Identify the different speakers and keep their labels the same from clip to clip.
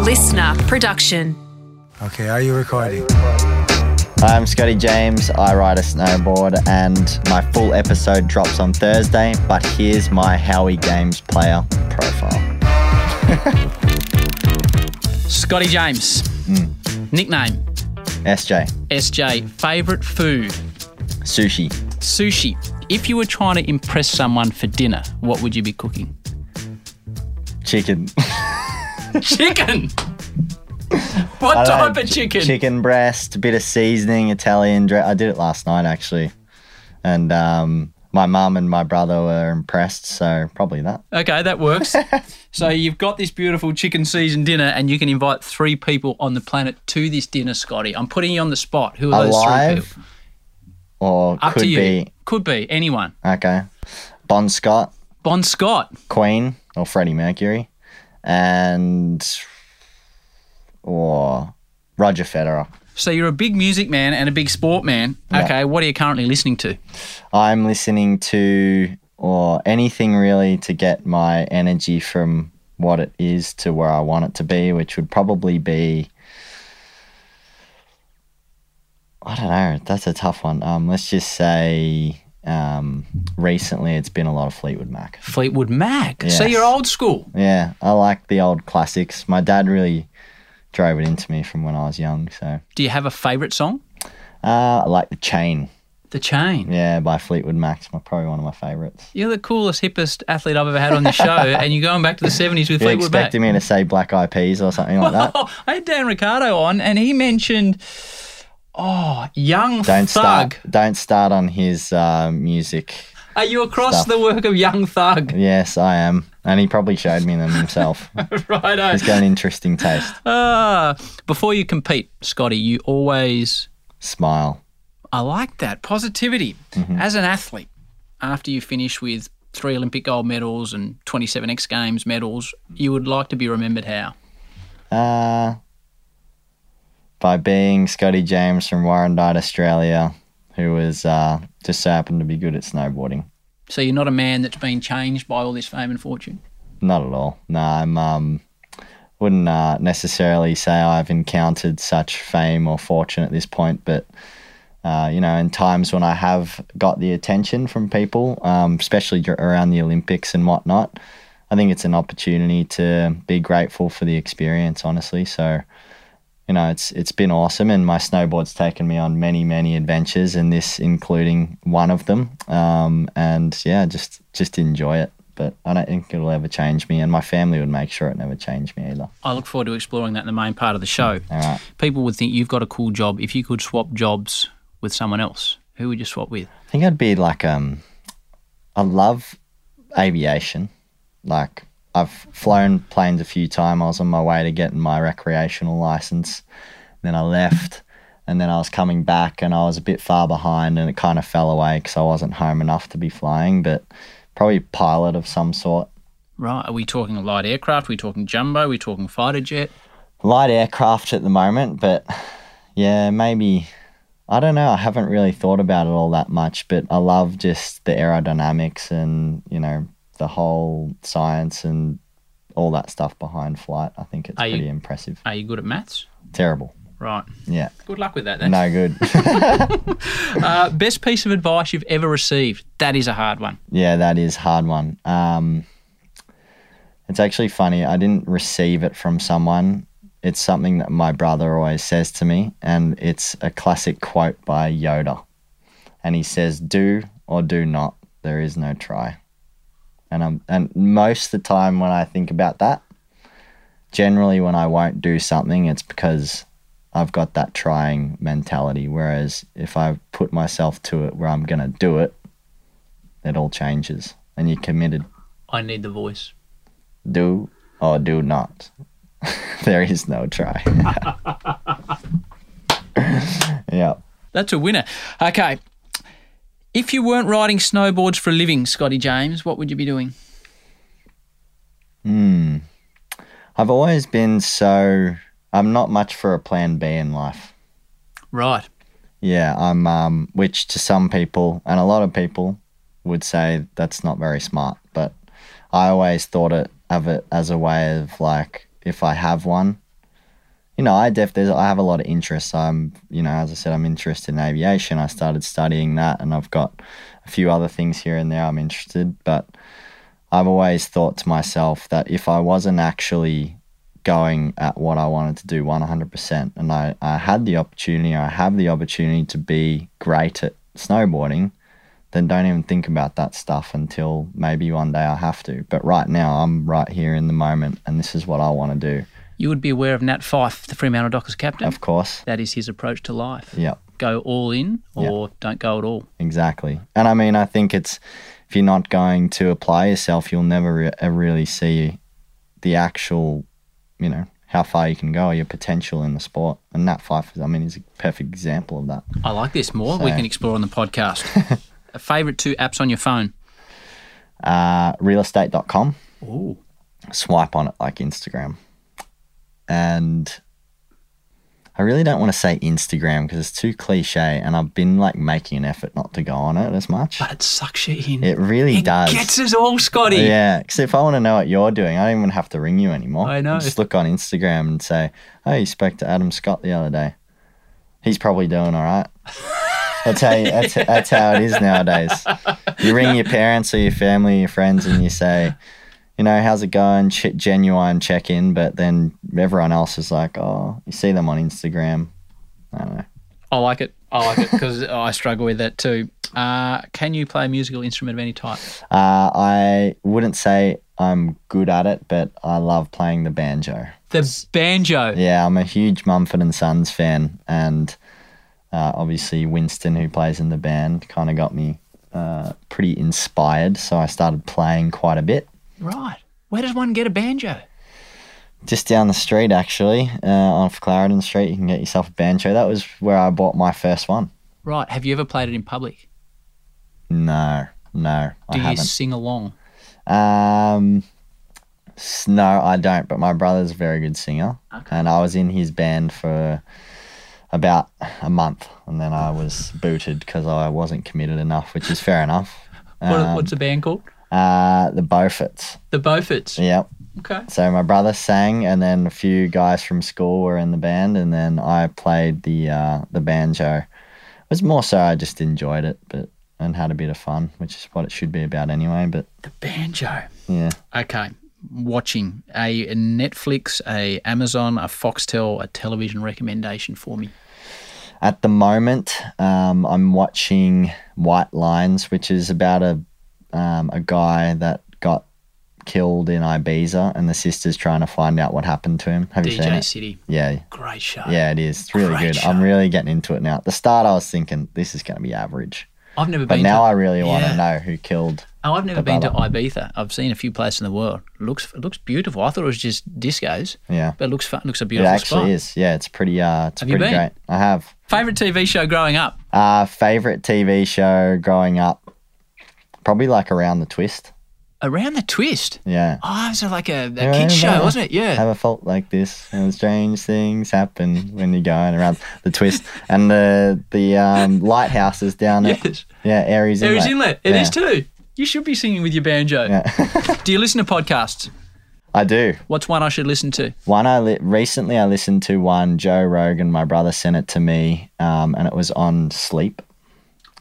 Speaker 1: listener production.
Speaker 2: Okay, are you recording?
Speaker 3: I'm Scotty James. I ride a snowboard, and my full episode drops on Thursday. But here's my Howie Games player profile.
Speaker 4: Scotty James.
Speaker 3: Hmm.
Speaker 4: Nickname
Speaker 3: SJ,
Speaker 4: SJ. Favorite food
Speaker 3: sushi,
Speaker 4: sushi. If you were trying to impress someone for dinner, what would you be cooking?
Speaker 3: chicken,
Speaker 4: Chicken. what
Speaker 3: I
Speaker 4: type
Speaker 3: had
Speaker 4: of chicken?
Speaker 3: chicken breast, a bit of seasoning, Italian. Dre- I did it last night actually, and um, my mum and my brother were impressed. So probably that.
Speaker 4: Okay, that works. so you've got this beautiful chicken season dinner, and you can invite three people on the planet to this dinner, Scotty. I'm putting you on the spot. Who are those three
Speaker 3: Alive,
Speaker 4: people?
Speaker 3: or
Speaker 4: Up
Speaker 3: could
Speaker 4: to you.
Speaker 3: be
Speaker 4: Could be anyone.
Speaker 3: okay. Bon Scott,
Speaker 4: Bon Scott.
Speaker 3: Queen or Freddie Mercury, and or Roger Federer.
Speaker 4: So you're a big music man and a big sport man. Okay, what are you currently listening to?
Speaker 3: I'm listening to or anything really to get my energy from what it is to where I want it to be, which would probably be. I don't know. That's a tough one. Um, let's just say um, recently it's been a lot of Fleetwood Mac.
Speaker 4: Fleetwood Mac. So
Speaker 3: Yes.
Speaker 4: you're old school.
Speaker 3: Yeah, I like the old classics. My dad really drove it into me from when I was young. So
Speaker 4: Do you have a favourite song?
Speaker 3: uh, I like The Chain.
Speaker 4: The Chain.
Speaker 3: Yeah, by Fleetwood Mac. It's my, probably one of my favorites.
Speaker 4: You're the coolest, hippest athlete I've ever had on the show, and you're going back to the 70s with
Speaker 3: You're
Speaker 4: Fleetwood Mac.
Speaker 3: expecting me to say Black Eyed Peas or something like that?
Speaker 4: Oh, I had Dan Ricardo on, and he mentioned, oh, Young
Speaker 3: Don't
Speaker 4: Thug.
Speaker 3: start. Don't start on his uh, music.
Speaker 4: Are you across
Speaker 3: stuff.
Speaker 4: the work of Young Thug?
Speaker 3: Yes, I am, and he probably showed me them himself.
Speaker 4: Righto.
Speaker 3: He's got an interesting taste.
Speaker 4: Ah, before you compete, Scotty, you always.
Speaker 3: Smile.
Speaker 4: I like that positivity
Speaker 3: Mm-hmm.
Speaker 4: as an athlete. After you finish with three Olympic gold medals and 27 X Games medals, you would like to be remembered how?
Speaker 3: Uh, by being Scotty James from Warrandyte, Australia, who was uh, just so happened to be good at snowboarding.
Speaker 4: So you're not a man that's been changed by all this fame and fortune.
Speaker 3: Not at all. No, I'm um wouldn't uh, necessarily say I've encountered such fame or fortune at this point, but uh, you know, in times when I have got the attention from people, um, especially dur- around the Olympics and whatnot, I think it's an opportunity to be grateful for the experience. Honestly, so you know, it's it's been awesome, and my snowboard's taken me on many many adventures, and this including one of them. Um, and yeah, just just enjoy it. But I don't think it'll ever change me, and my family would make sure it never changed me either.
Speaker 4: I look forward to exploring that in the main part of the show.
Speaker 3: All right,
Speaker 4: People would think you've got a cool job if you could swap jobs with someone else. Who would you swap with?
Speaker 3: I think I'd be like um, I love aviation. Like I've flown planes a few times. I was on my way to getting my recreational license, then I left, and then I was coming back, and I was a bit far behind, and it kind of fell away because I wasn't home enough to be flying. But probably pilot of some sort.
Speaker 4: Right? Are we talking light aircraft? Are we talking jumbo? Are we talking fighter jet?
Speaker 3: light aircraft at the moment, but yeah, maybe I don't know. I haven't really thought about it all that much, but I love just the aerodynamics and you know the whole science and all that stuff behind flight. I think it's
Speaker 4: Are you-
Speaker 3: pretty impressive.
Speaker 4: Are you good at maths?
Speaker 3: Terrible.
Speaker 4: Right.
Speaker 3: Yeah.
Speaker 4: Good luck with that then.
Speaker 3: No good.
Speaker 4: Uh, best piece of advice you've ever received? That is a hard one.
Speaker 3: Yeah, that is a hard one. Um, it's actually funny. I didn't receive it from someone. It's something that my brother always says to me, and it's a classic quote by Yoda. And he says, "Do or do not. There is no try." And I'm and most of the time when I think about that, generally when I won't do something, it's because I've got that trying mentality. Whereas if I put myself to it where I'm gonna do it, it all changes and you're committed
Speaker 4: I need the voice.
Speaker 3: do or do not there is no try yeah
Speaker 4: That's a winner. Okay. If you weren't riding snowboards for a living, Scotty James, what would you be doing?
Speaker 3: hmm. i've always been so i'm not much for a plan b in life
Speaker 4: Right.
Speaker 3: Yeah, I'm. Um, which to some people and a lot of people would say that's not very smart, but I always thought it of it as a way of like if I have one, you know, I def there's I have a lot of interests. I'm you know, as I said, I'm interested in aviation. I started studying that, and I've got a few other things here and there I'm interested. But I've always thought to myself that if I wasn't actually going at what I wanted to do 100%, and I, I had the opportunity, I have the opportunity to be great at snowboarding, then don't even think about that stuff until maybe one day I have to. But right now, I'm right here in the moment, and this is what I want to do.
Speaker 4: You would be aware of Nat Fife, the Fremantle Dockers captain.
Speaker 3: Of course.
Speaker 4: That is his approach to life.
Speaker 3: Yep.
Speaker 4: Go all in or don't go at all.
Speaker 3: Exactly. And I mean, I think it's if you're not going to apply yourself, you'll never re- uh, really see the actual, you know, how far you can go, your potential in the sport. And Nat Fife, is- I mean, he's a perfect example of that.
Speaker 4: I like this more. We
Speaker 3: So-
Speaker 4: can explore on the podcast. A Favorite two apps on your phone?
Speaker 3: Uh, realestate.com,
Speaker 4: Ooh.
Speaker 3: swipe on it like Instagram. And I really don't want to say Instagram because it's too cliche. And I've been like making an effort not to go on it as much.
Speaker 4: But it sucks you in.
Speaker 3: It really does.
Speaker 4: gets us all, Scotty.
Speaker 3: Yeah, because if I want to know what you're doing, I don't even have to ring you anymore.
Speaker 4: I know.
Speaker 3: Just look on Instagram and say, "Hey, you spoke to Adam Scott the other day. He's probably doing all right." That's how you, that's, that's how it is nowadays. You ring your parents or your family, your friends, and you say, "You know, how's it going?" Ch- genuine check in, but then everyone else is like, "Oh, you see them on Instagram." I don't know.
Speaker 4: I like it. I like it because I struggle with that too. Uh, can you play a musical instrument of any type?
Speaker 3: Uh, I wouldn't say I'm good at it, but I love playing the banjo.
Speaker 4: The banjo.
Speaker 3: Yeah, I'm a huge Mumford and Sons fan, and uh, obviously Winston, who plays in the band, kind of got me uh, pretty inspired. So I started playing quite a bit.
Speaker 4: Right. Where does one get a banjo?
Speaker 3: Just down the street, actually, uh, off Clarendon Street, you can get yourself a banjo. That was where I bought my first one.
Speaker 4: Right. Have you ever played it in public?
Speaker 3: No, no, I
Speaker 4: Do you
Speaker 3: haven't.
Speaker 4: sing along?
Speaker 3: Um, s- no, I don't. But my brother's a very good singer, and I was in his band for about a month, and then I was booted because I wasn't committed enough, which is fair enough.
Speaker 4: what,
Speaker 3: Um,
Speaker 4: what's the band called?
Speaker 3: uh, the Beauforts.
Speaker 4: The Beauforts.
Speaker 3: Yep.
Speaker 4: Okay.
Speaker 3: So my brother sang, and then a few guys from school were in the band, and then I played the uh, the banjo. It was more so I just enjoyed it, but and had a bit of fun, which is what it should be about anyway. But
Speaker 4: The banjo.
Speaker 3: yeah.
Speaker 4: Okay. Watching a Netflix, a Amazon, a Foxtel, a television recommendation for me.
Speaker 3: At the moment, um, I'm watching White Lines, which is about a um, a guy that got killed in Ibiza, and the sister's trying to find out what happened to him. Have you seen
Speaker 4: DJ
Speaker 3: it?
Speaker 4: City.
Speaker 3: Yeah,
Speaker 4: Great show.
Speaker 3: yeah, it is. It's really
Speaker 4: Great
Speaker 3: good.
Speaker 4: show.
Speaker 3: I'm really getting into it now. At the start, I was thinking this is going to be average,
Speaker 4: I've never
Speaker 3: but
Speaker 4: been.
Speaker 3: now
Speaker 4: to,
Speaker 3: I really want to
Speaker 4: Yeah.
Speaker 3: know who killed.
Speaker 4: oh, I've never
Speaker 3: the
Speaker 4: been to
Speaker 3: ballad.
Speaker 4: Ibiza. I've seen a few places in the world. Looks it looks beautiful. I thought it was just discos,
Speaker 3: Yeah,
Speaker 4: but it looks fun. Looks a
Speaker 3: it
Speaker 4: beautiful
Speaker 3: actually
Speaker 4: spot.
Speaker 3: is. Yeah, it's pretty. Uh, it's
Speaker 4: Have you
Speaker 3: pretty
Speaker 4: been?
Speaker 3: great. I have.
Speaker 4: Favorite TV show growing up?
Speaker 3: Uh, favorite TV show growing up, probably like Around the Twist.
Speaker 4: Around the Twist.
Speaker 3: Yeah.
Speaker 4: Oh, it was like a, a
Speaker 3: Yeah,
Speaker 4: kids
Speaker 3: yeah, yeah.
Speaker 4: show, wasn't it? Yeah.
Speaker 3: have a fault like this and strange things happen when you're going around the twist and the the um, lighthouse is down at
Speaker 4: Yes.
Speaker 3: yeah Aries
Speaker 4: There
Speaker 3: Inlet.
Speaker 4: is Inlet. It
Speaker 3: yeah.
Speaker 4: is too. You should be singing with your banjo.
Speaker 3: Yeah.
Speaker 4: Do you listen to podcasts?
Speaker 3: I do
Speaker 4: What's one I should listen to?
Speaker 3: one I li- recently I listened to one Joe Rogan my brother sent it to me um, and it was on sleep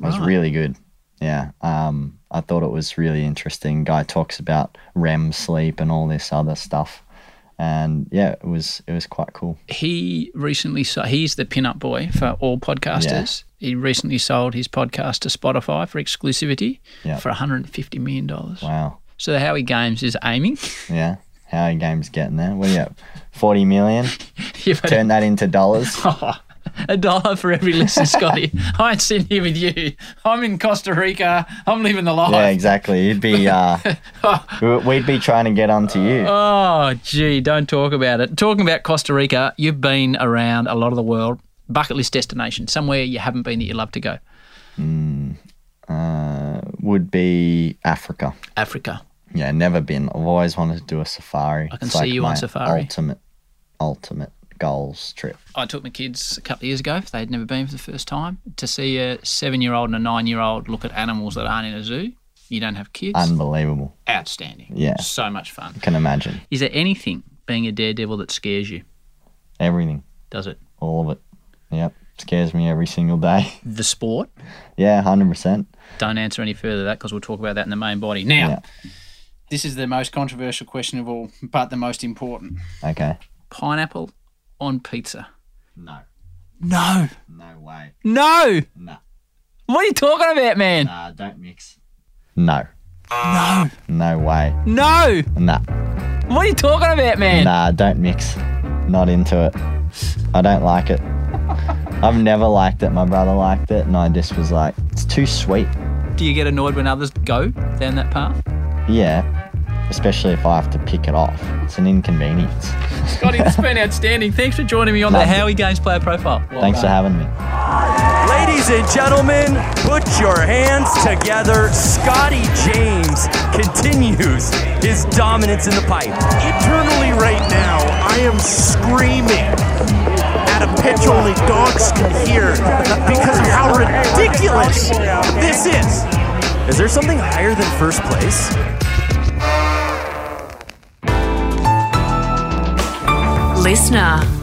Speaker 3: it was
Speaker 4: Right.
Speaker 3: really good yeah um, I thought it was really interesting guy talks about REM sleep and all this other stuff and yeah it was it was quite cool
Speaker 4: he recently so he's the pin-up boy for all podcasters. He recently sold his podcast to Spotify for exclusivity
Speaker 3: Yeah.
Speaker 4: for 150 million dollars.
Speaker 3: wow
Speaker 4: So how he games is aiming.
Speaker 3: Yeah. How are games getting there? What do you have? 40 million?
Speaker 4: You've had
Speaker 3: Turn that into dollars?
Speaker 4: Oh. a dollar for every listen, Scotty. I ain't sitting here with you. I'm in Costa Rica. I'm living the
Speaker 3: Yeah,
Speaker 4: life.
Speaker 3: exactly. You'd be, uh, we- we'd be trying to get onto you.
Speaker 4: Oh, gee, don't talk about it. Talking about Costa Rica, you've been around a lot of the world. Bucket list destination, somewhere you haven't been that you love to go.
Speaker 3: Uh, would be Africa.
Speaker 4: Africa.
Speaker 3: Yeah, never been. I've always wanted to do a safari. I
Speaker 4: can see you on safari.
Speaker 3: Ultimate, ultimate goals trip.
Speaker 4: I took my kids a couple of years ago, if they'd never been for the first time, to see a seven year old and a nine year old look at animals that aren't in a zoo. You don't have kids.
Speaker 3: Unbelievable.
Speaker 4: Outstanding.
Speaker 3: Um, Yeah.
Speaker 4: So much fun.
Speaker 3: Can imagine.
Speaker 4: Is there anything being a daredevil that scares you?
Speaker 3: Everything.
Speaker 4: does it?
Speaker 3: All of it. Yep. Scares me every single day.
Speaker 4: The sport.
Speaker 3: yeah, 100%.
Speaker 4: Don't answer any further that because we'll talk about that in the main body. Now, this is the most controversial question of all, but the most important.
Speaker 3: Okay.
Speaker 4: Pineapple on pizza.
Speaker 3: No.
Speaker 4: No.
Speaker 3: No way.
Speaker 4: No.
Speaker 3: No.
Speaker 4: What are you talking about, man?
Speaker 3: Nah, don't mix. No.
Speaker 4: No.
Speaker 3: No way.
Speaker 4: No.
Speaker 3: Nah.
Speaker 4: What are you talking about, man?
Speaker 3: Nah, don't mix. Not into it. I don't like it. I've never liked it. My brother liked it, and I just was like, it's too sweet.
Speaker 4: Do you get annoyed when others go down that path?
Speaker 3: Yeah. Especially if I have to pick it off. It's an inconvenience.
Speaker 4: Scotty, this has been outstanding. Thanks for joining me on the
Speaker 3: Loved it.
Speaker 4: Howie Games Player Profile. Well
Speaker 3: Thanks for
Speaker 4: done.
Speaker 3: having me.
Speaker 1: Ladies and gentlemen, put your hands together. Scotty James continues his dominance in the pipe.
Speaker 5: Internally, right now, I am screaming at a pitch only dogs can hear because of how ridiculous this is.
Speaker 1: Is there something higher than first place?
Speaker 6: Listener.